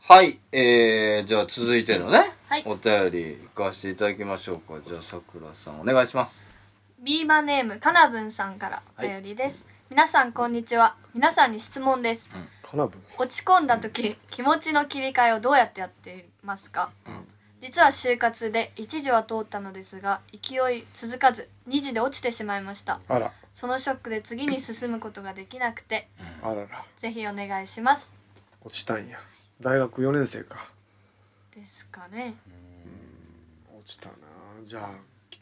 はい、えー、じゃあ続いてのね、はいお便り行かせていただきましょうか。じゃあ、さくらさんお願いします。ビーバーネームかなぶんさんからお便りです、皆さんこんにちは皆さんに質問ですカナブン落ち込んだ時気持ちの切り替えをどうやってやっていますか、実は就活で1時は通ったのですが勢い続かず2時で落ちてしまいましたあらそのショックで次に進むことができなくてあららぜひお願いします落ちたんや大学4年生かですかね落ちたなじゃあ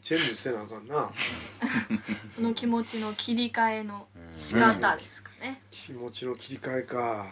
チェンジせなあかんなこの気持ちの切り替えの仕方ですかね、気持ちの切り替えか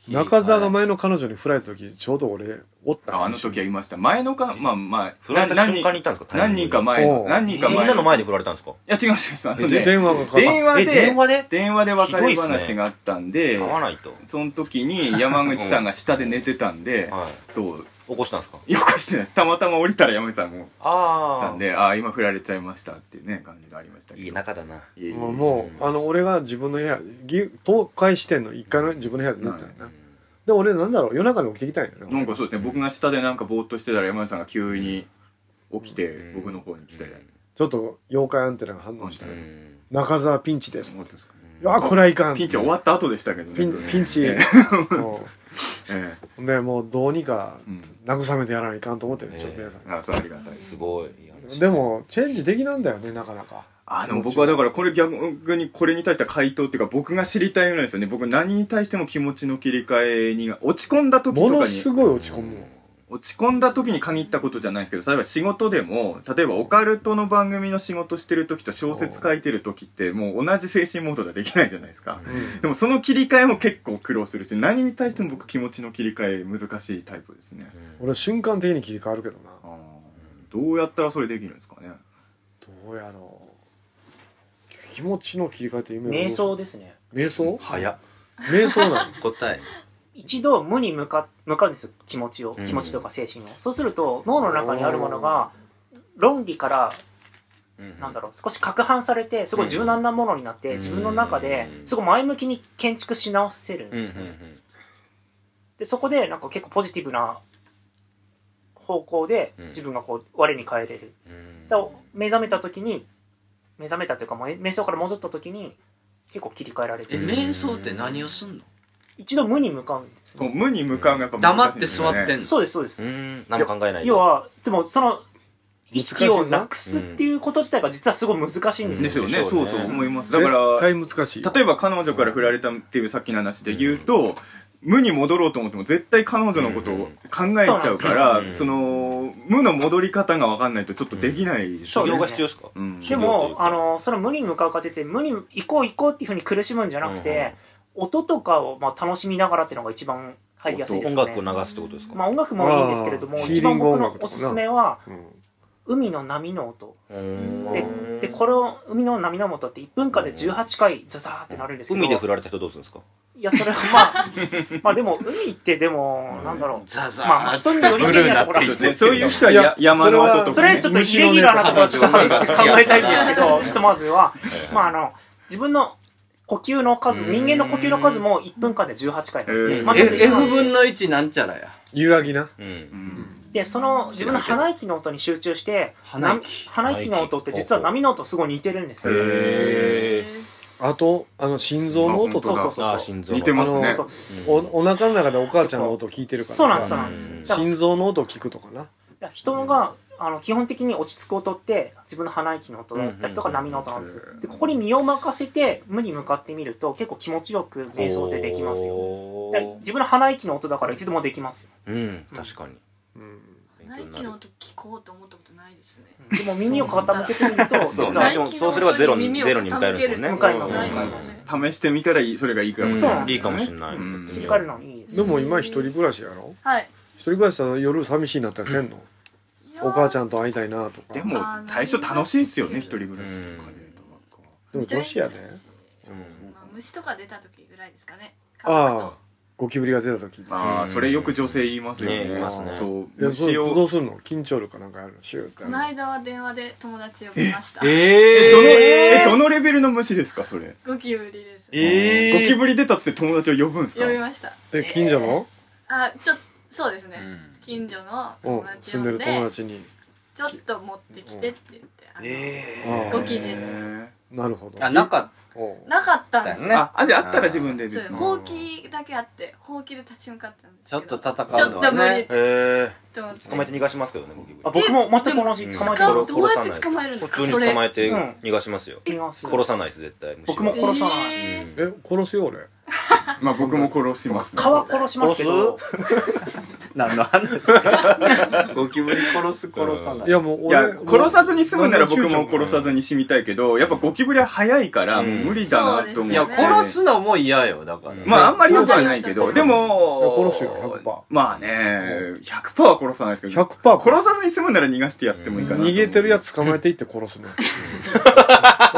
切り替え中澤が前の彼女に振られた時ちょうど俺おったああの時は言いました。前のか、まあまあ、振られたな瞬間に行ったんですかタイミ何人ングでか前おの、う何人か前みんなの前で振られたんですかいや、違います、違います。あのでね、電話がかか電話え、で、電話で電話で別ひどいれっすね話があったんで、会わないと。その時に山口さんが下で寝てたん で、はい。そう、起こしたんですかよくしてないです。たまたま降りたら山口さんも、なあんあ。で、ああ、今振られちゃいましたっていうね、感じがありましたけど。いい仲だな。いえいえもうもうあの俺が自分の部屋ぎ東海支店の1階の自分の部屋で寝てたんやな、で俺なんだろう夜中に起きてきたんやな、なんかそうですね、僕が下でなんかぼーっとしてたら山口さんが急に起きてう、ん僕の方に来て、ちょっと妖怪アンテナが反応した、ううん中澤ピンチです、思ってますかねいやこれはいかんピンチ終わった後でしたけどね。ピンこれねピンチ、 ええうんでもうどうにかうん慰めてやらないかんと思ってる、ええちょっと皆さん、あ、それありがたいです。すごいいい話。でもチェンジできなんだよねなかなかあ、でも僕はだからこれ逆にこれに対して回答っていうか僕が知りたいぐらいですよね。僕何に対しても気持ちの切り替えに、落ち込んだ時もとのかすに、ごい落ち込むもん落ち込んだ時に限ったことじゃないですけど、例えば仕事でも、例えばオカルトの番組の仕事してる時と小説書いてる時ってもう同じ精神モードではできないじゃないですか。でもその切り替えも結構苦労するし、何に対しても僕気持ちの切り替え難しいタイプですね。うん俺瞬間的に切り替わるけどなあーどうやったらそれできるんですかね。どうやろう気持ちの切り替えって夢瞑想ですね瞑想早っ。瞑 想なの答え。一度無に向か向かうんですよ気持ちをうん気持ちとか精神を、そうすると脳の中にあるものが論理からなんだろう少し攪拌されてすごい柔軟なものになって、うん自分の中でうんすごい前向きに建築し直せる、うんうんうんでそこでなんか結構ポジティブな方向でうん自分がこう我に返れる、うん。だから目覚めた時に目覚めたというかもう瞑想から戻った時に結構切り替えられてえ、る、瞑想って何をすんの一度無に向かうんですそう無に向かうのがやっぱ黙難しっいてんです座よねってんのそうですそうです、うん。何も考えないで。要はでもその意識難をしいななくすっていうこと自体が実はすごい難しいんですよ、ですよねでしょうねそうそう思いますだ絶から対難しい例えば彼女から振られたっていうさっきの話で言うと、無に戻ろうと思っても絶対彼女のことを考えちゃうから、うんその無の戻り方が分かんないとちょっとできないですそう修ですね行が必要ですかうんでも、あの、その無に向かう過程って、無に行こう行こうっていうふうに苦しむんじゃなくて、音とかをまあ楽しみながらっていうのが一番入りやすいです音ね。楽を流すってことですかまあ音楽もいいんですけれどあも、ーヒ一番僕ーリング音の楽とおかなすすめは、うん海の波の音。うんで、これを、海の波の音って1分間で18回ザザーってなるんですけど。海で振られた人どうするんですかいや、それはまあ、 まあでも、海ってでも、なんだろう。ザザまあーっ人つにってよブりルけーりにななっとてころいなんっでてねそういう人はやいや山の音ととかりね、あえずちょっとイレギュラーなところちょっと話して考えたいんですけど、ひとまずは、まああの、自分の呼吸の数、うん人間の呼吸の数も1分間で18回なんですえね。ーまあえ別に F 分の1なんちゃらや揺らぎなう。うんんで、その自分の鼻息の音に集中して、鼻息な鼻息の音って実は波の音とすごい似てるんですよ。へえ。あとあの心臓の音とあか本ああ、心臓の。似てますあねのおお腹の中でお母ちゃんの音聞いてるからさそうなんです、そうなんでうんす。だから心臓の音聞くとかなだから人が、あの、基本的に落ち着く音って、自分の鼻息の音だったりとかうんうん波うんの音なんですよ。で、ここに身を任せて、無に向かってみると、結構気持ちよく瞑想ってできますよ。よだから自分の鼻息の音だからいつでもできますよ。うん、確かに。うんナイキの音聞こうと思ったことないですねでも耳を傾けてみると、実そうはね。でもそうすればゼロに、ゼロに向かえるんですもんね。向かいますうん向かいま試してみたらいいそれがいいかもしれない、そういいかもしれない。うんやって切みりよう替えるのいいですでも今一人暮らしやろはい一人暮らししたら夜寂しいなったらせんのお母ちゃんと会いたいなとかででも対象楽しいですよね一人暮らしとかでも女子やでうん虫とか出た時ぐらいですかねああゴキブリが出た時まあそれよく女性言いますよねね言いますねそういやそれ虫どをうするの緊張るかなんかやるのシューってやこるのの間は電話で友達呼びましたえどのええどのレベルの虫ですかそれゴキブリですゴキブリ出たっつって友達を呼ぶんですか呼びましたえ近所のあちょっとそうですね、うん近所のうん友、達呼住んんででる友達にちょっと持ってきてって言って、あのあご記事へなるほどあなかっおうなかったんたよですーねああじゃああったら自分でそでうですすねほうきだけあってほうきで立ち向かったんですちょっと戦ちょうっのとは無ね理えと思ってー、捕まえて逃がしますけどねゴキブリあ僕も全く同じえ捕まえて使うって殺すどうやって捕まえるんです普か通にそれ捕まえてうん逃がしますよ殺殺さないです絶対むしろ僕も殺さないえーえ殺すよ俺まあ僕も殺しますね蚊は殺しますけど何の話ゴキブリ殺す殺さないいやもういや俺殺さずに済むなら僕なんもか躊躇殺さずに死みたいけどやっぱゴキブリは早いからうんもう無理だなと思うっんていや殺すのも嫌よだからうんまああんまり良くはないけどでもいや殺すよ100%まあね100%は殺さないですけど100%殺さずに済むなら逃がしてやってもいいかな逃げてるやつ捕まえていって殺す ね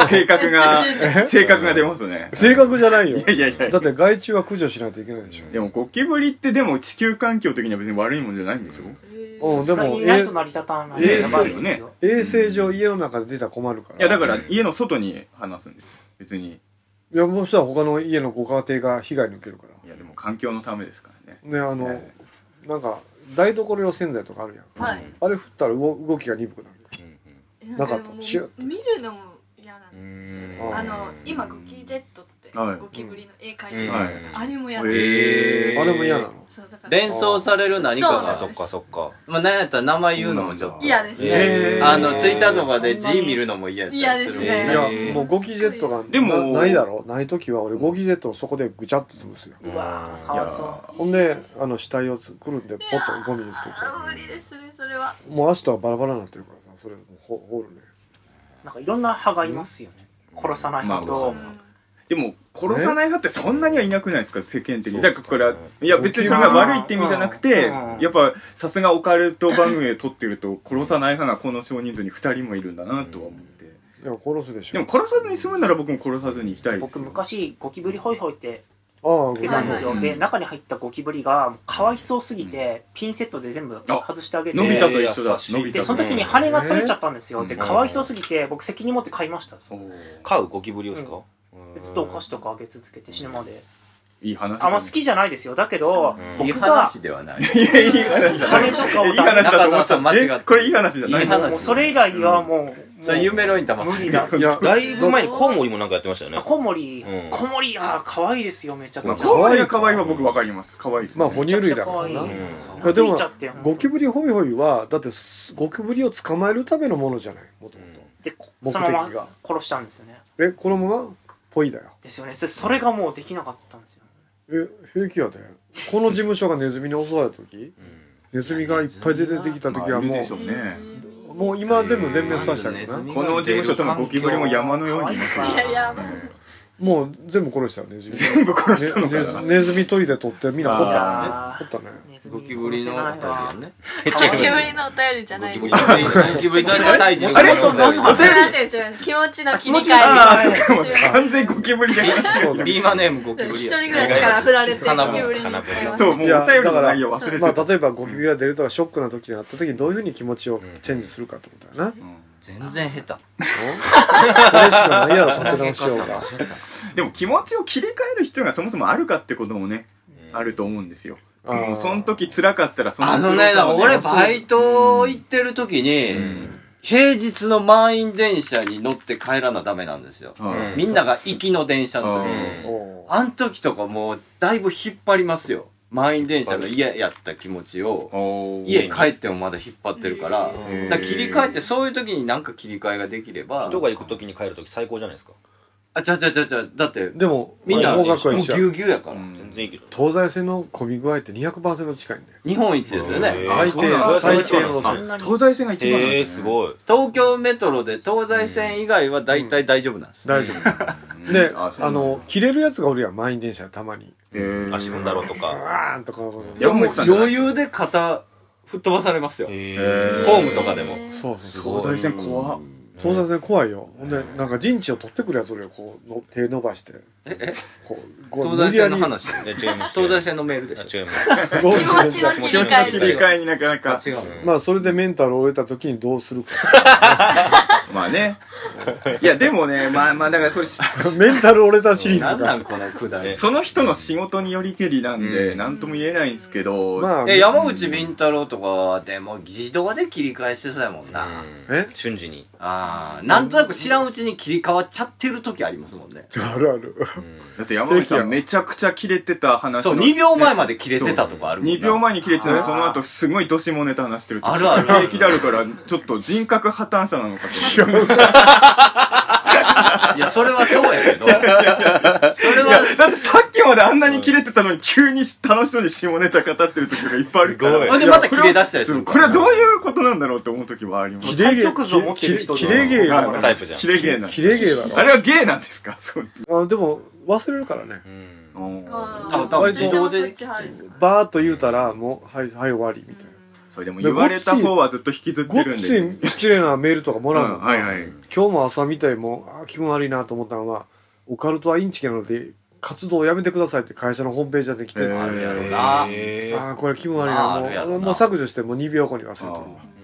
性格がめっ 性格が出ますね正確じゃ ないよいやいやいだやって害虫は駆除しないといけないでしょでもゴキブリってでも地球環境的には別に悪いもんじゃないんでしょえおーうで蚊もいないえと成り立たないえやばいですですよ衛生上家の中で出たら困るからいやだから家の外に話すんですよ別にいやもうしたら他の家のご家庭が被害に受けるからいやでも環境のためですからねねあの、えなんか台所用洗剤とかあるやんはいあれ振ったら動動きが鈍くなるなかったでもシュッ見るのも嫌なんですよねうんあの今ゴキジェットってはいゴキブリの絵描いてるじゃはないいですかあれも嫌なんですえーあれも嫌なのそうだから連想される何かそうあがそっかそっかまあなんやったら名前言うのもちょっと嫌ですねえあのツイッターとかでそんなに字見るのも嫌やったりするもん嫌ですねねいやもうゴキジェットがでもなないだろない時は俺ゴキジェットをそこでぐちゃっと潰すようわーかいわやいそうほんであの死体をくるんでポッとゴミに捨ててあー無理ですねそれはもう足とはバラバラになってるからさそれもうほ掘るねなんかいろんな歯がいますよね殺さないまあそ歯とうでも殺さない派ってそんなにはいなくないですか世間的にそだうですねからいや別にそれが悪いって意味じゃなくてうんやっぱさすがオカルト番組で撮ってると殺さない派がこの少人数に2人もいるんだなとは思っていや殺すでしでょも殺さずに済むなら僕も殺さずに行きたいです僕よ昔ゴキブリホイホイってああつけたんですよよはいで中に入ったゴキブリがかわいそうすぎてピンセットで全部外してあげてのび太と一緒えーだ優しいのびで太そとの時に羽が取れちゃったんですよ、うんでかわいそうすぎて僕責任持って買いましたおー飼うゴキブリをですかずっとお菓子とかあげ続けて死ぬまでいい話あんま好きじゃないですよだけど、うんいい僕が話ではないいやいい話だ羽とかをいい話だと思中っ澤さん間違たっえこれいい話じゃないいい話もうそれ以来はもう,、もうそれ夢のに騙さ無れて理だいやだいぶ前にコウモリもなんかやってましたよねコモリ、うんコモリあー可愛いですよめちゃくちまゃあ、可愛いは可愛いは僕わかります。可愛いです、ね。まあ哺乳類だかめらちゃくちゃ可な愛ういんいやでもついちゃってゴキブリホイホイはだってすゴキブリを捕まえるためのものじゃないもともでことそのま目的まが殺したんですよねとえ子供がポイだよですよねそそれがもうできなかったんですよえ平気やでこの事務所がネズミに襲われた時ネズミがいっぱい出てきた時はもまあいるでしょうね。うもう今は全部全滅させたけどうんなこの事務所多分ゴキブリも山のようにいます可愛いいやわいやもうねもう全部殺したよネズミ全部殺したのかな。ねネズミ取りで取ってみんな掘っいたや掘ったねーネズミゴキブリの殺せないわねゴキブリのお便りじゃなゴいキブリのゴキブリの退治あれすいませんすいません気持ちの切り替えああ、すそいっませんか、もう完全ゴキブリで話がビーマネームゴキブリ一人ぐらいしから振られて花ゴもキブリに行っちゃいましたそう、もういおや便だりかのら内容忘れてまた。あ例えばゴキブリが出るとかショックな時にあった時にどういうふうに気持ちをチェンジするかってことだよな全然下これしかないやろ手立て直しようが下手でも気持ちを切り替える必要がそもそもあるかってこともね、あると思うんですよ。あーもうその時辛かったらそのあのね、だから俺バイト行ってる時に、うん平日の満員電車に乗って帰らなダメなんですよ。はいうんみんなが行きの電車の時うに。んおうあん時とかもうだいぶ引っ張りますよ。満員電車の嫌やった気持ちを、おー家に帰ってもまだ引っ張ってるから、へーだから切り替えってそういう時になんか切り替えができれば、人が行く時に帰る時最高じゃないですかあ、ちゃうちゃうちゃうちゃう、だって、でもみんな、方もうぎ角は一緒やゅうぎゅうやかうら。ん全然いいけど東西線の混み具合って200%近いんだよ日本一ですよね。へー最そうなん低だ最低のそ線んなに東西線が一番なんだねえー、すごい東京メトロで東西線以外は大体大丈夫なんです。大丈うん 夫でああそうなんだの切れるやつがおるやん満員電車たまにえー足踏んだろうとうかわーんとかいや、もう余裕で肩、吹っ飛ばされますよ。へへーホームとかでも。そうそうそうごい東西線怖っ東西線怖いよほんでなんか陣地を取ってくるやつおるよこうの手伸ばして こう東西線の話。いや 違います。東西線のメールでしょ。線。違います。気持気持ち の切り替え切ですりよ替えになかなかあ違うのうん まあそれでメンタルを終えた時にどう するかまあねいやでもねまあまあだからそれしメンタル折れたシリーなズんながんこのくだり。その人の仕事によりけりなんで、うんなんとも言えないんですけど、まあえ、山口敏太郎とかは、でも自動で切り替えしてたやもんな。うんえ瞬時に。ああ、なんとなく知らんうちに切り替わっちゃってる時ありますもんね。あるあるうんだって山口さんめちゃくちゃ切れてた話そう、2秒前まで切れてたとかあるもんな2秒前に切れてたのにあーその後すごいどしもネタ話してるあるある平気であるからちょっと人格破綻者なのかと思ういや、それはそうやけど。それは、だってさっきまであんなに切れてたのに急に楽しそうに下ネタ語ってる時がいっぱいあるからすごいほんでまた切れ出したりするこれはどういうことなんだろうって思う時はあります切れ対局図を持芸ってる切人れだ切れ芸だかはいタらイプじゃん。切れ芸なんです切れ芸だあかれは芸なんですかそうらあでも忘れるからねうん。あー多分多分自動で私もそっち派ですバーっと言うたらもうはいはい終わりみたいなそれでも言われた方はずっと引きずっごてっるんでつい失礼なメールとかもらうの、 うんはいはい今日も朝見てもあー気分悪いなと思ったのはオカルトはインチキなので活動をやめてくださいって会社のホームページで来てる、へあるやろうな。えああーこれ気分悪いあーなあるやろもうなもう削除してもう2秒後に忘れてる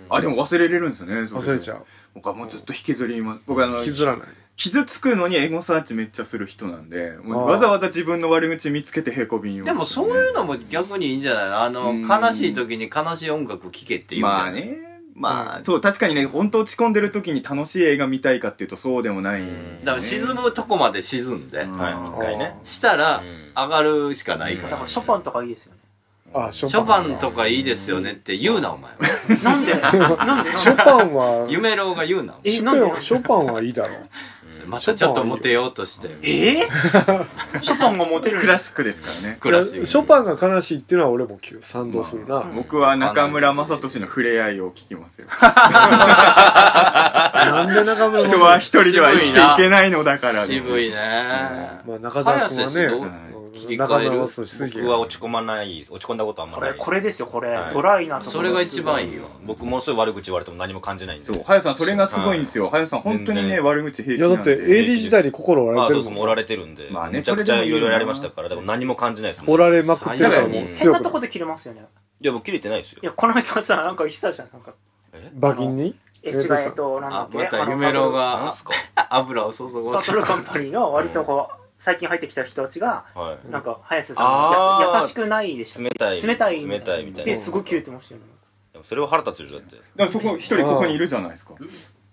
ああでも忘れれるんですよねそ忘れちゃうう僕はもうずっと引きずります僕あの引きずらない傷つくのにエゴサーチめっちゃする人なんでもあうーわざわざ自分の悪口見つけてへこびんをでもそういうのも逆にいいんじゃないあの、うん悲しい時に悲しい音楽聴けって言うんじまゃなあいねまあ、そう確かにね本当落ち込んでる時に楽しい映画見たいかっていうとそうでもないんですよねうだんから沈むとこまで沈んで、はい、一回ね。したらうん上がるしかないかだら。からショパンとかいいですよね。あショショパパンンとかいいですよねって言うな、お前。なん でなんでショパン は夢郎が言うな。ショなんでパンショパンはいいだろうまたちょっとモテようとして。えー、ショパンがモテるクラシックですからねクラシック。ショパンが悲しいっていうのは俺も賛同するな、僕は中村雅俊の触れ合いを聞きますよなんで中村人は一人では生きていけないのだからです渋いね。まあ、中澤君は早瀬ね氏どううん切り中替える村雅俊すげえ僕は落ち込まない、落ち込んだことはあんまこなれ、い。これですよ、これは。いドライなところそれが一番いいわ。僕ものすごい悪口言われても何も感じないんで。そう早さんそれがすごいんですよ早さん本当に全ね然悪口平い気やなんだでって AD 時代に心折らあれてそうるそうもんもう折られてるんで、まあねめちゃくちゃいろいろやりましたから、でも何も感じないですもん。折られまくってるからもう変強くななとるこで切れますよね。いや、僕切れてないですよい。や、この人さ、なんか言ってたじゃん。なんか、馬琴にえ、え違どううしたえっと、なんだあっ、けまたあの夢郎なんがすか油を注ごうパとト。ルカンパニーの割とこう、最近入ってきた人たちが、はなんか、早瀬さあんーや優しくないでしい。冷たい。冷たい冷たいみたいなた。で、。すごい切れてましたよね。でもそれは腹立つでしょ、だって。だからそこ一人ここにいるじゃないですか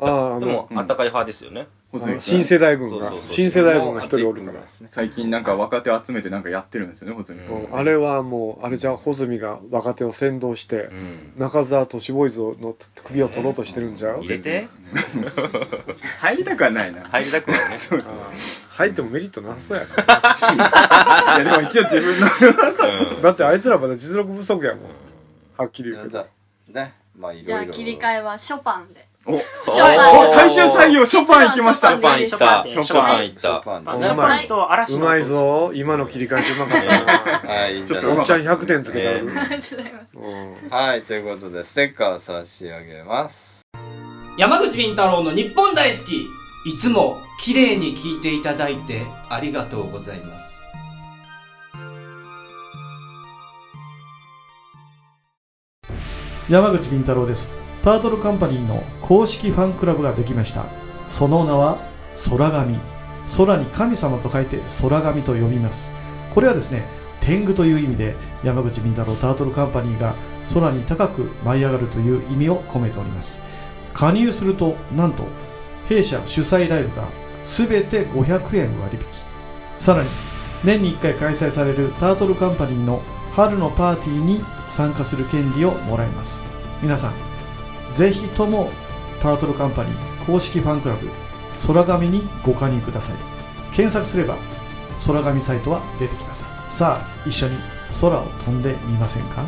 あああでのも、あったかい派ですよね。細あの井新君世代軍がそうそうそう新世代軍が一人おるから最近なんか若手集めてなんかやってるんですよね細井う君んうんあれはもうあれじゃん穂積が若手を先導してうん。中澤としボーイズの首を取ろうとしてるんじゃう入れて入りたくはないな入りたくないね。そうそうああ入ってもメリットなさそうやないやでも一応自分の うんだってあいつらまだ実力不足やもんはっきり言うけどだね。まあいじゃろあいろ。切り替えはショパンで おショパおンで最終採用ショパン行きましシたョパン行った。シショョパパンン行った。パンあ、うジまいャパンと嵐うの。まい。ぞ今の切り替えうまかったなはい、いいんじゃちないょおとっちゃん100点つけたるねありがとうございますうんはい、ということで、ステッカー差し上げます。山口敏太郎の日本大好きいつも綺麗に聞いていただいてありがとうございます山口敏太郎ですタートルカンパニーの公式ファンクラブができましたその名は空神空に神様と書いて空神と呼びますこれはですね天狗という意味で山口敏太郎タートルカンパニーが空に高く舞い上がるという意味を込めております加入するとなんと弊社主催ライブが全て500円割引さらに年に1回開催されるタートルカンパニーの春のパーティーに参加する権利をもらいます皆さんぜひともタートルカンパニー公式ファンクラブ空紙にご加入ください検索すれば空紙サイトは出てきますさあ一緒に空を飛んでみませんか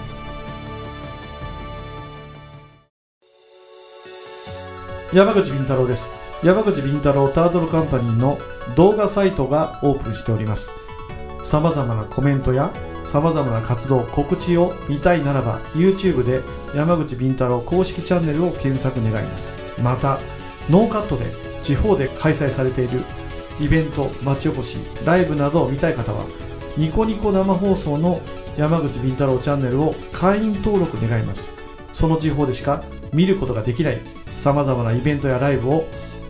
山口敏太郎です山口敏太郎タートルカンパニーの動画サイトがオープンしておりますさまざまなコメントやさまざまな活動告知を見たいならば YouTube で山口敏太郎公式チャンネルを検索願いますまたノーカットで地方で開催されているイベント町おこしライブなどを見たい方はニコニコ生放送の山口敏太郎チャンネルを会員登録願いますその地方でしか見ることができないさまざまなイベントやライブを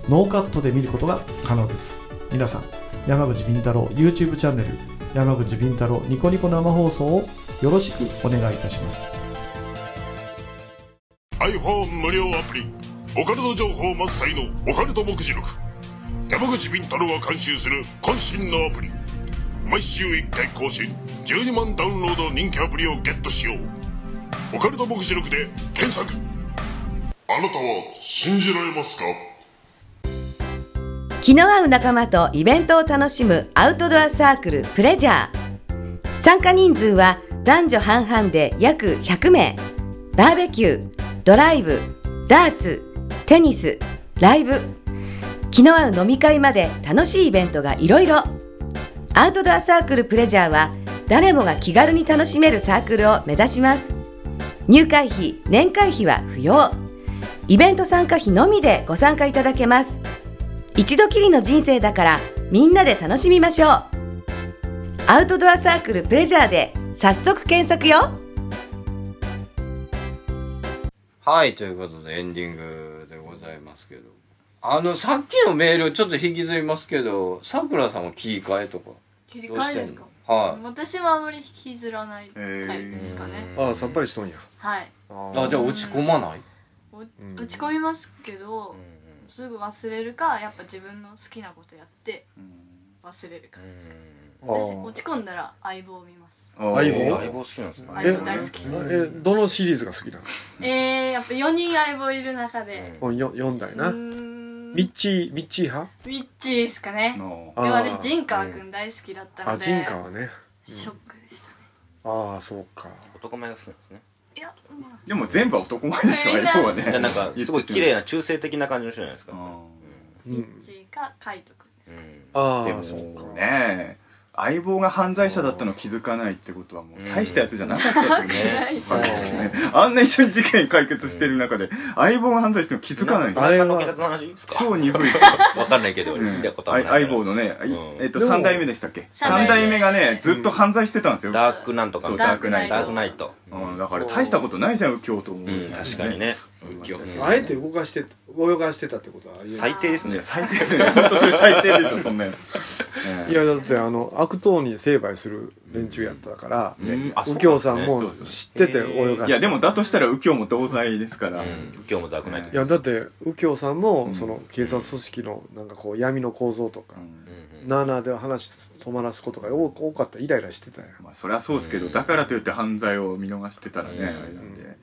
ノーカットで見ることが可能です皆さん山口敏太郎 YouTube チャンネル山口敏太郎ニコニコ生放送をよろしくお願いいたします iPhone 無料アプリオカルト情報満載のオカルト目次録山口敏太郎が監修する渾身のアプリ毎週1回更新12万ダウンロードの人気アプリをゲットしようオカルト目次録で検索あなたは信じられますか気の合う仲間とイベントを楽しむアウトドアサークルプレジャー参加人数は男女半々で約100名バーベキュードライブダーツテニスライブ気の合う飲み会まで楽しいイベントがいろいろアウトドアサークルプレジャーは誰もが気軽に楽しめるサークルを目指します入会費年会費は不要イベント参加費のみでご参加いただけます一度きりの人生だからみんなで楽しみましょうアウトドアサークルプレジャーで早速検索よはい、ということでエンディングでございますけど。あの、さっきのメールちょっと引きずりますけど、さくらさんは切り替えとか。切りどうし替えてんのですかはい。私はあまり引きずらないタイプですかね、ああさっぱりしとんやはいああ、じゃあ落ち込まないうん落ち込みますけど、すぐ忘れるかやっぱ自分の好きなことやって忘れるかですか、私あ落ち込んだら相棒を見ます相え棒相棒好きなんですね。相棒大好きあえどのシリーズが好きなのえー、やっぱ4人相棒いる中でこのよ4台うな、ーんミッミチーミッチー派ッチーですかねのでもあ私ージンカワ君大好きだったあのでジンカはねショックでしたああそうか男前が好きなんですね。いやまでも全部は男前でしょ相棒はねいやなんかすごい綺麗な中性的な感じの人じゃないですか。うあミんッチーかカイト君ですかうねん。あであもそそううかかね相棒が犯罪者だったの気づかないってことはもう大したやつじゃなかったよねね。わかりますねあんな一緒に事件解決してる中で相棒が犯罪しても気づかないんですあれよ他はの警察の話ですか。超鈍いですよ わかんないけど見たことああるい。相棒のね、あいうんえっとでも3代目でしたっけ三代3代目目がねずっと犯罪してたんですよ、ダークなんとかそうダダーーククナナイイトトダークナイト。うん、だから大したことないじゃん右京と思う、うん確かにね。あえて動かして泳がしてたってことはありえない最低ですいねや。最低ですね本当それ最低 でしょそんなやつ、いやだってあの悪党に成敗する連中やったからうんあそう右な京んですさねんもそうですね知ってて泳がしていやでもだとしたら右京も同罪ですから、うん今日もダークナイトいでやす。だって右京さんうもんその警察組織のなんかこう闇の構造とかうんうんうんなあなあで話止まらすことが多多かったイライラしてたんやまあそりゃそうですけど、だからといって犯罪を見逃してたらね、うあんれなんで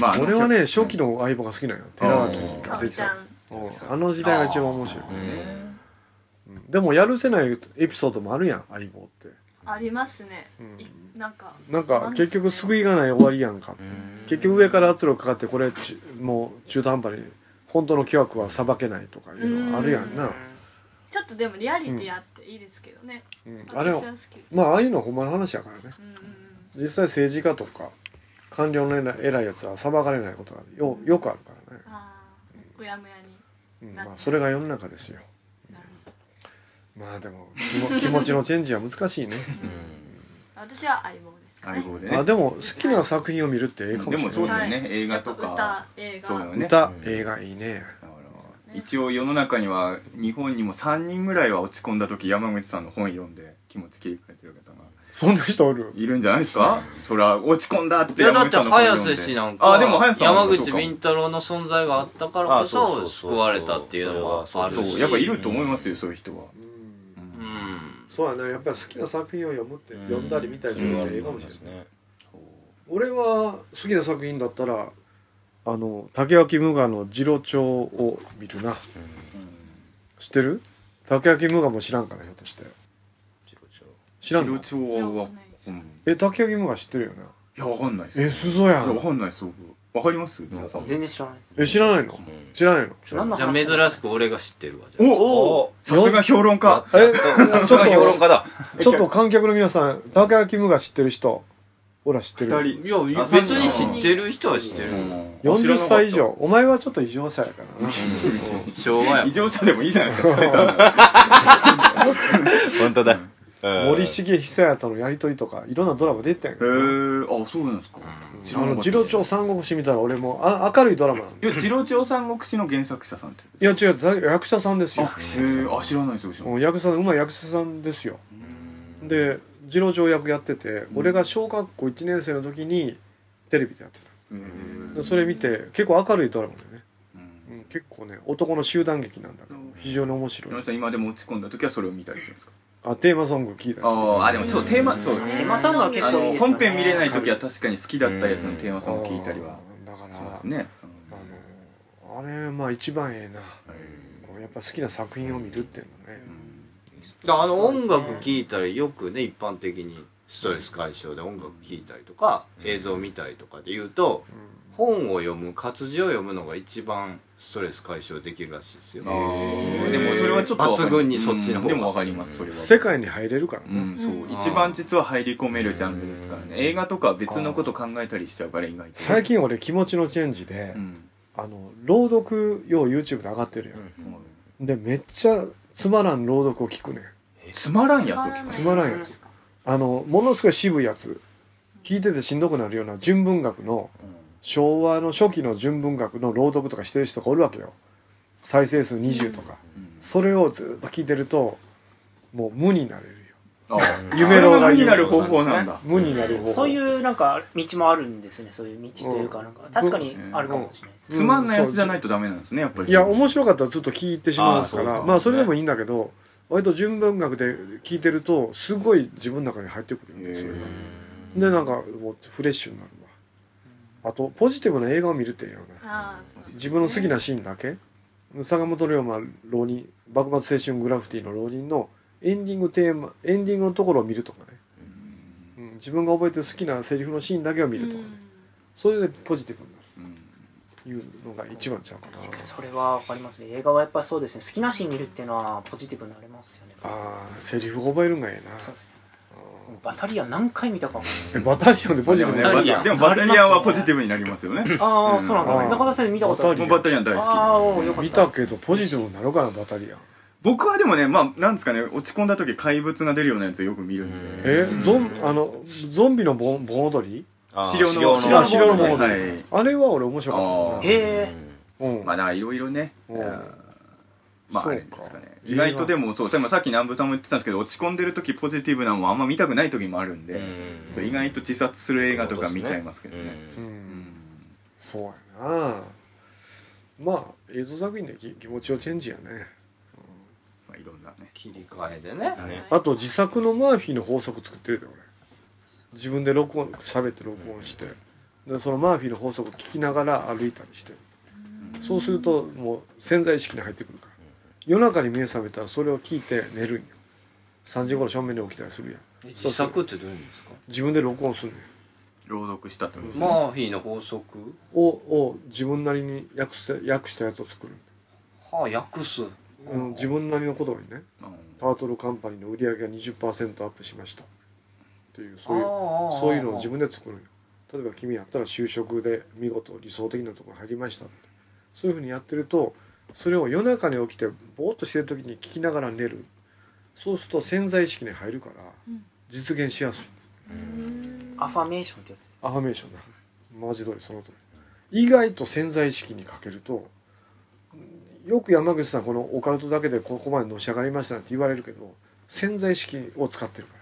まああの俺はね初期の相棒が好きなんよ寺脇がか出おてちゃたんうんあの時代が一番面白いうんうんでもやるせないエピソードもあるやん相棒ってありますね、んいなんかなんか結局救いいがない終わりやんかうん結局上から圧力かかってこれちもう中途半端に本当の巨悪は裁けないとかいうのあるやんなちょっとでもリアリティあっていいですけどね、うんあ私れはは好きまあああいうのはほんまの話やからねうんうんうん実際政治家とか官僚の偉い偉いやつは裁かれないことがよよくあるからね、ああうやむやにうんまあ、それが世の中ですよなるほどまあでも気も 気持ちのチェンジは難しいね私は相棒ですかね相棒でねあでも好きな作品を見るってええかもしでれないもそうですよね、はい映画とやっかぱ歌映画そうだよね歌、映画いいねだから一応世の中には日本にも3人ぐらいは落ち込んだ時山口さんの本読んで気持ち切り替えてる方がそんな人おるいるんじゃないですかそりゃ落ち込んだっつっいてや、だっ山口て、さんの本早読んで瀬氏なんあかでも早瀬、さん山もそうか口敏太郎の存在があったからこあそうそそ、うそう救われたっていうのはあるそうし。やっぱいると思いますよそういう人はうん。そうやなやっぱり好きな作品を読むって読んだり見たりすそれるはあってええりかもしれまないすね。俺は好きな作品だったらあの竹脇無我の「次郎長」を見るな知ってる竹脇無我も知らんからひょっとしてジロジロ知らんの広町は、うん、え竹脇無我知ってるよねいやわかんないっすえ嘘やいやわんかんないです僕わかります皆さん全然知らないですえ知らないのうん知らないの何のじゃあ、話珍しく俺が知ってるわ、じゃあ。おおさすが評論家えさすが評論家だ。ちょっと観客の皆さん竹脇無我知ってる人ほら知ってるいや別に知ってる人は知ってる、 40歳以上お前はちょっと異常者やからな昭和や異常者でもいいじゃないですか、それ多分本当だ。森重久彌とのやりとりとかいろんなドラマ出てたんやけへどー、あ、そうなんですか。知らあなのかっ次た郎長三国志見たら俺もあ明るいドラマなんでいや、次郎長三国志の原作者さんって。いや違うだ役者さんですあ、へよー、あ、知らないですよ、知らないうん役者さんうまい役者さんですよで次郎長役やってて俺が小学校1年生の時にテレビでやってへたーでそれ見て結構明るいドラマでね、うんうん、結構ね男の集団劇なんだけど非常に面白山い田さん今でも落ち込んだ時はそれを見たりするんですかあテーマソング聞いたりするあああでもちょっとテーマそうテーマソングは結あ構いいのですよね本編見れない時は確かに好きだったやつのテーマソング聞いたりはうんだからそうですねあのあれまあ一番ええなうんやっぱ好きな作品を見るっていうのねあの音楽聴いたりよくね一般的にストレス解消で音楽聴いたりとか映像見たりとかで言うと本を読む活字を読むのが一番ストレス解消できるらしいですよあーでもそれはちょっと抜群にそっちの方がでもわかりますそれは世界に入れるからうねんそう一番実は入り込めるジャンルですからね映画とかは別のこと考えたりしちゃうから意外と最近俺気持ちのチェンジでうんあの朗読よう YouTube で上がってるやんでめっちゃつまらん朗読を聞くねんつまらんやつを聞くつまらんやつあのものすごい渋いやつ聞いててしんどくなるような純文学の昭和の初期の純文学の朗読とかしてる人がおるわけよ再生数20とか、うんそれをずっと聞いてるともう無になれるよあー夢の無になる方法なんだ無になる方法そういうなんか道もあるんですねそういう道というかなんか確かにあるかもしれないですうんつまんないやつじゃないとダメなんですねやっぱりいや面白かったらずっと聞いてしまいますからあーそうかまあそれでもいいんだけど割と純文学で聞いてるとすごい自分の中に入ってくるんですよでなんかもうフレッシュになるわあとポジティブな映画を見るっていうよねあー自分の好きなシーンだけ坂本龍馬浪人幕末青春グラフィティの浪人のエンディングテーマエンディングのところを見るとかね、うん、自分が覚えてる好きなセリフのシーンだけを見るとかね、それでポジティブになうんるいうのが一番ちゃうかなそれは分かりますね映画はやっぱりそうですね好きなシーン見るっていうのはポジティブになれますよねあーセリフ覚えるんがえそうですねバタリア何回見たかもえなえバタリアンでポジでティブもねになるバタでもバタリアンはポジティブになりますよねああそうなんうだん中田先生見たことあるもうバタリアン大好きああよかった見たけどポジティブになるかなバタリアン僕はでもねまあなんですかね落ち込んだ時怪物が出るようなやつよく見るんでえゾンあのゾンビの盆盆踊り資料のの資料の資料のはいあれは俺面白かったあなへえうんまあだからいろいろねうんそまああうかれですかね意外とでもそうでもさっき南部さんも言ってたんですけど落ち込んでる時ポジティブなのもあんま見たくない時もあるんでそう意外と自殺する映画とか見ちゃいますけどねううんんそうやなまあ映像作品でき気持ちをチェンジやねまあいろんなね切り替えでねねあと自作のマーフィーの法則作ってるで俺自分で録音喋って録音してでそのマーフィーの法則を聞きながら歩いたりしてそうするともう潜在意識に入ってくるから夜中に目覚めたらそれを聞いて寝るんよ3時頃正面に起きたりするやん自作ってどういうんですか自分で録音するんよ朗読したってことですねマーフィーの法則をを自分なりに訳して訳したやつを作るんよはあ訳すうん自分なりの言葉にねうんタートルカンパニーの売り上げが20%アップしましたっていうそういうそそういうのを自分で作るんよ例えば君やったら就職で見事理想的なところに入りましたってそういうふうにやってるとそれを夜中に起きてぼーっとしてる時に聞きながら寝るそうすると潜在意識に入るからうん実現しやすいアファメーションってやアファメーションだマジ通りその通り意外と潜在意識にかけるとよく山口さんこのオカルトだけでここまでのし上がりましたなんて言われるけど潜在意識を使ってるから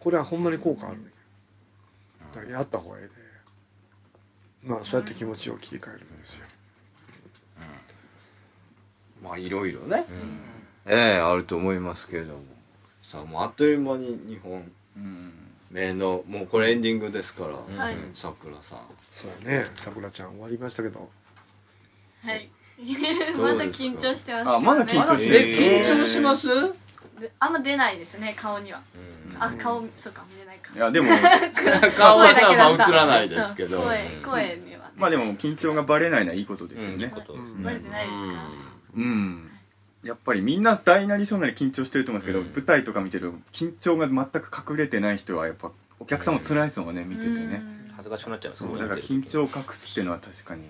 これはほんまに効果あるねだからやった方がええでまあそうやって気持ちを切り替えるんですよまあいろいろね、ええあると思いますけれどもさあもうあっという間に日本うん目のもうこれエンディングですからはいさくらさんそうやねさくらちゃん終わりましたけどはい どまうだですか緊張してますけどねあまだ緊張えしてる緊張しますであんま出ないですね顔にはあ顔そうか見えないかいやでも顔は声ださまけだったあ映らないですけどそう声声にはまあでも緊張がバレないのはいいことですよねバレてないですかうんやっぱりみんな大なり小なり緊張してると思うんですけど、うん舞台とか見てると緊張が全く隠れてない人はやっぱお客さんも辛いですもんね見ててね恥ずかしくなっちゃいますそうだから緊張を隠すっていうのは確かに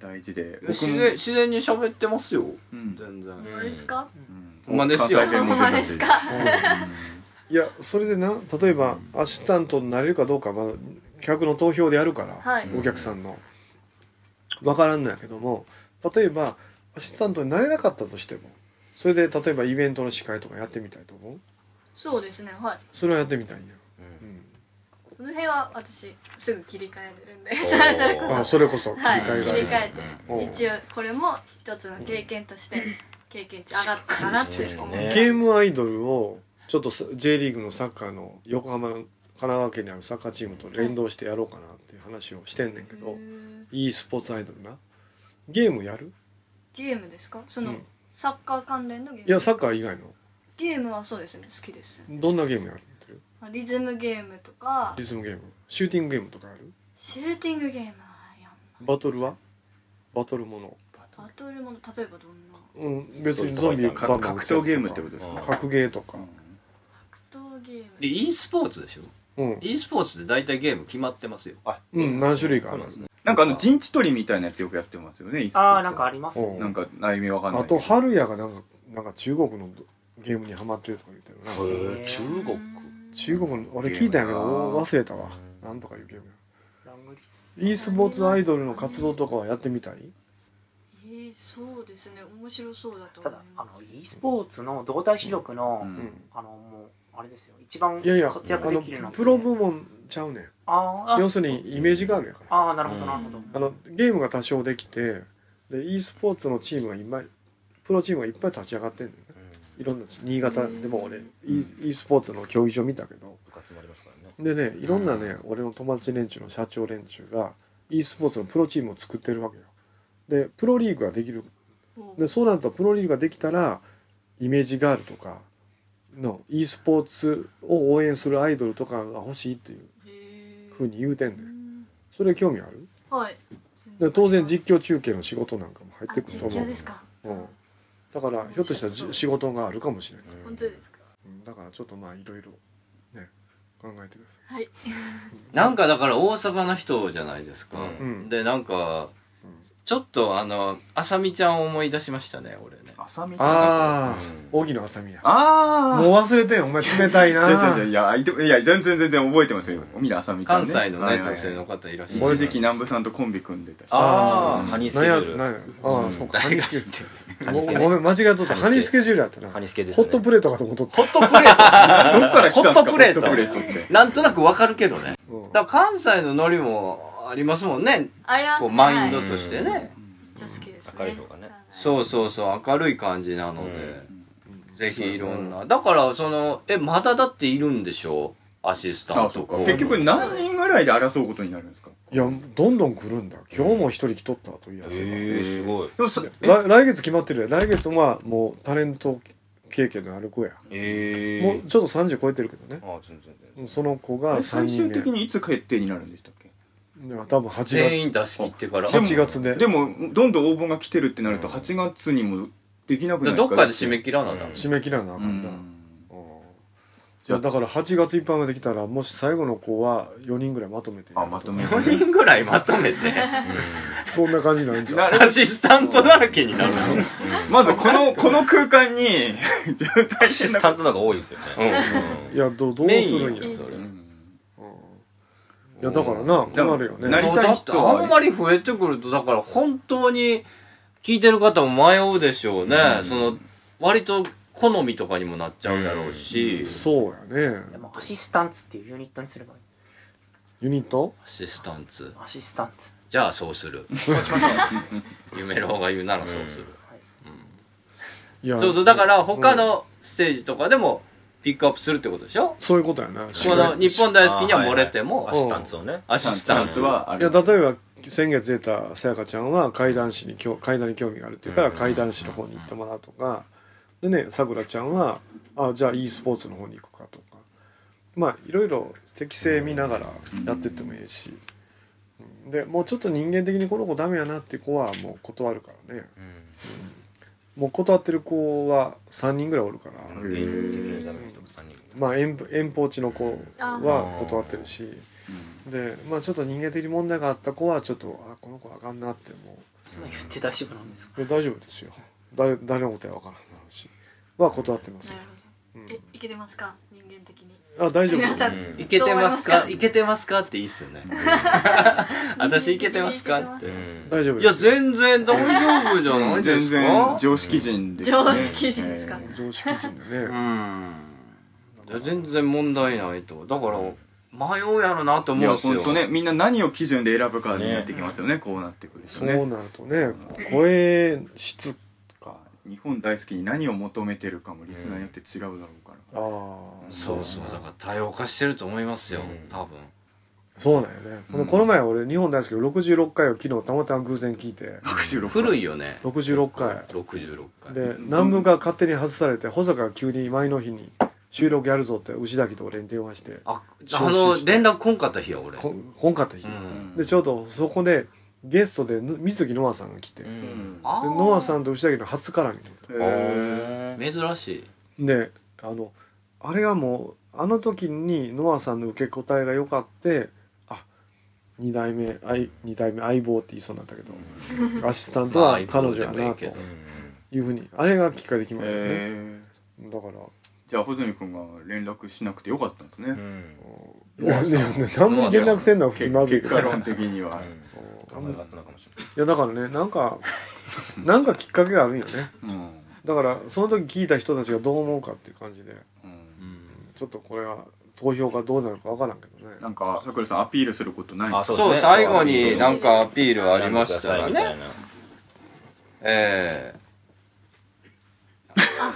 大事で自然自然に喋ってますよ、うん全然、どうですかほんまですよ関西弁も出たしほんまですかいやそれでな例えばアシスタントになれるかどうかまだ客の投票でやるから、はいお客さんの分からんのやけども例えばアシスタントになれなかったとしてもそれで例えばイベントの司会とかやってみたいと思うそうですねはいそれはやってみたいんや、うこの辺は私すぐ切り替えれるんでーそれそれこん、あそそれこそ切りはい、切替えがありる、替えおうて一応これも一つの経験として経験値上がったかなって思う、ねゲームアイドルをちょっとさ J リーグのサッカーの横浜の神奈川県にあるサッカーチームと連動してやろうかなっていう話をしてんねんけど、うんいいスポーツアイドルなゲームやるゲームですかその、うんサッカー関連のゲームいやサッカー以外のゲームはそうですね好きですどんなゲームやってるまあリズムゲームとかリズムゲームシューティングゲームとかあるシューティングゲームはいやバトルはバトルものバトルもの例えばどんなうん別にゾンビ格格闘ゲームってこととですか格ゲーとか格闘ゲームで e スポーツでしょうん、 e スポーツで大体ゲーム決まってますようん、何種類かあるなんかあの陣地取りみたいなやつよくやってますよねああなんかありりますおうなんか内面わかんないあと春也がなんかなんか中国のゲームにハマってるとか言ってるなへえ中国中国の俺聞いたんやけどゲームな忘れたわなんとかいうゲームやラングリス e スポーツアイドルの活動とかはやってみたいえー、そうですね面白そうだとた思いだまあのす e スポーツの動体視力の、うんあのもうあれですよ一番いやいや活あ躍でのきるのってプロ部門ちゃうねんあーあ要するにイメージガールやからああなるほどなるほど、あのゲームが多少できてで e スポーツのチームが今プロチームがいっぱい立ち上がってんのよねいろんな新潟でも俺 e, e スポーツの競技場見たけど部活もありますからねでねいろんなね、俺の友達連中の社長連中が e スポーツのプロチームを作ってるわけよでプロリーグができるおでそうなるとプロリーグができたらイメージガールとかの e スポーツを応援するアイドルとかが欲しいっていうへふうーに言うてんうねんんそれ興味あるはいで当然実況中継の仕事なんかも入あってくると実思う況ですかうん、だからひょっとしたらじ仕事があるかもしれない、本当ですかうん、だからちょっとまあいろいろね考えてくださはいなんかだから大阪の人じゃないですか、い、うん、でなんかうんちょっとあのあさみちゃんを思い出しましたね俺ね浅見ああうん荻野あさみやあもう忘れてんお前冷たい な違う違う違ういやいていや全然全然覚えてますよ荻野あさみちゃん、関西ね、のはいねはいはい女性の方いらっしゃる一時期南部さんとコンビ組んでたしああーあハニースなんケジやュールなんやあうあんそうかハ誰ニーが知スってるケハごニースケねごめん間違っとったハハニーニーススケケジュールやったなハニースケですホねットプレートかと思っとったホットプレーどっから来たんですかホットプレートホットプレートってトなんとなくわかるけどねうんだから関西のノリもありますもんねありますこうねマインドはいとしてね、めっちゃ好きですね明るいのがねはいそうそうそう明るい感じなので、うんぜひいろんなだからそのえまだだっているんでしょアシスタあンそトうか結局何人ぐらいで争うことになるんですかいやどんどん来るんだ今日も一人来とったと言い合わせがええすごいでもそえ来来月決まってるよ来月はもうタレント経験のある子やえもうちょっと30超えてるけどねああ全然全然その子あがれ3最人終目的にいつ決定になるんでしたっけいや多分8月全員出し切ってから8月ででもどんどん応募が来てるってなると8月にもできなくなだいからどっかで締すめ切らなだ、うん締め切らなあかうんだ、んじゃあだから8月いっぱいまで来たらもし最後の子は4人ぐらいまとめてあまとめる4人ぐらいまとめてそんな感じになるんじゃんなるアシスタントだらけになるまずこ のこの空間に渋滞アシしスなタントなんか多いですよねいやどどうすメイるンんやよそそれ、れうん、いうんやだからな困るよなねりだたいって人はあんまり増えてくるとだから本当に聞いてる方も迷うでしょうね、うんその割と好みとかにもなっちゃうやろうし、そうやねでもアシスタンツっていうユニットにすればいいユニットアシスタンツアシスタンツじゃあそうす る夢の方が言うならそうする、いやそうそうだから他のステージとかでもピックアップするってことでしょ、そういうことやなこの日本大好きには漏れてあもアシスタンツをねアシスタンツツははあいやる例えば先月出たさやかちゃんは怪談師に興怪談に興味があるっていうから怪談師の方に行ってもらうとかでねさくらちゃんはあじゃあ e スポーツの方に行くかとかまあいろいろ適性見ながらやってってもいいし、うんでもうちょっと人間的にこの子ダメやなって子はもう断るからねもう断ってる子は3人ぐらいおるからまあ遠遠方地の子は断ってるしでまあちょっと人間的に問題があった子はちょっとあこの子あかんなってもそんな言って大丈夫なんですかういや大丈夫ですよ誰誰のことやわからんなるしは断ってますなるほどえいけてますか人間的にあ大丈夫皆さんいけてますかどう思いいけてますかっていいっすよね私いけてますかって大丈夫いでやす全然大丈夫じゃないで全す然か常識人ですね常識人ですかえ常識人でね、うんいや全然問題ないとだから迷うやろなとー思うんいやですよ本当ねみんな何を基準で選ぶかになってきますよねこうなってくるとそうねなるとね声質日本大好きに何を求めてるかもリスナーによって違うだろうからああそうそうだから多様化してると思いますよ、多分そうなんよね、このこの前俺日本大好きで66回を昨日たまたま偶然聞いて66古いよね66回66回で南部が勝手に外されて保坂が急に前の日に収録やるぞって牛崎と俺に電話してああ承の知して連絡こんかった日や俺こんこんかった日、うんでちょうどそこでゲストでぬ水木ノアさんが来て、でうんあーノアさんと牛崎の初絡みへー珍しいであのあれはもうあの時にノアさんの受け答えが良かってあ二代目相二代目相棒って言いそうなんだけど、アシスタントは彼女やまあな一方でともいいけどいうふうにあれがきっかけで決まったよね、えだからじゃあ穂積君が連絡しなくてよかったんですねいやね何も連絡せんのは普通結まずいけ結ど果い論的には考えがあったのかもしれやだからねなん かなんかきっかけがあるんよねうんうんだからその時聞いた人たちがどう思うかっていう感じでちょっとこれは投票がどうなるかわからんけどねなんかさくらさんアピールすることないんあですそかうそうですね最後になんかアピールありましたらみたねいなえあえ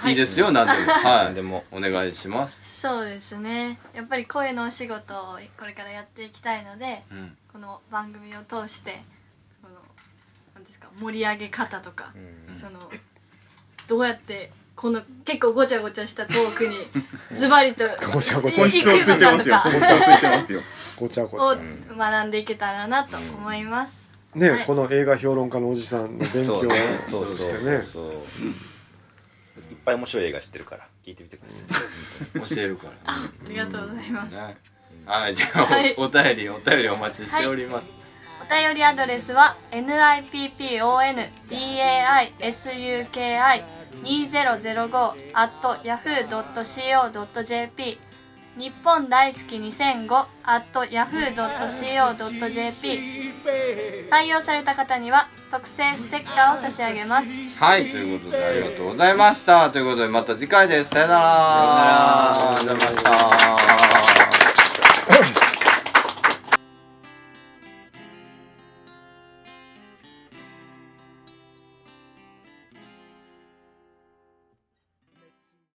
はいいですよなんでもはいでもお願いしますそうですねやっぱり声のお仕事をこれからやっていきたいのでうんこの番組を通してこのなんですか盛り上げ方とか、そのどうやってこの結構ごちゃごちゃしたトー クにズバリとごちゃごち本ゃ質をついてますよ聞く本質のかをつとかいてますよごちゃごをち学んでいけたらなと思います、ゃね、はいこの映画評論家のおじさんの勉強をそうねそうしそうてそうねそういっぱい面白い映画知ってるから聞いてみてください教えるからありがとうございます、ねはいじゃあ、はいおお便りお便りお待ちしております、お便りアドレスは nippondaisuki2005.yahoo.co.jp 日本大好き2005 .yahoo.co.jp 採用された方には特製ステッカーを差し上げますはいということでありがとうございましたということでまた次回ですさよならさよならありがとうございました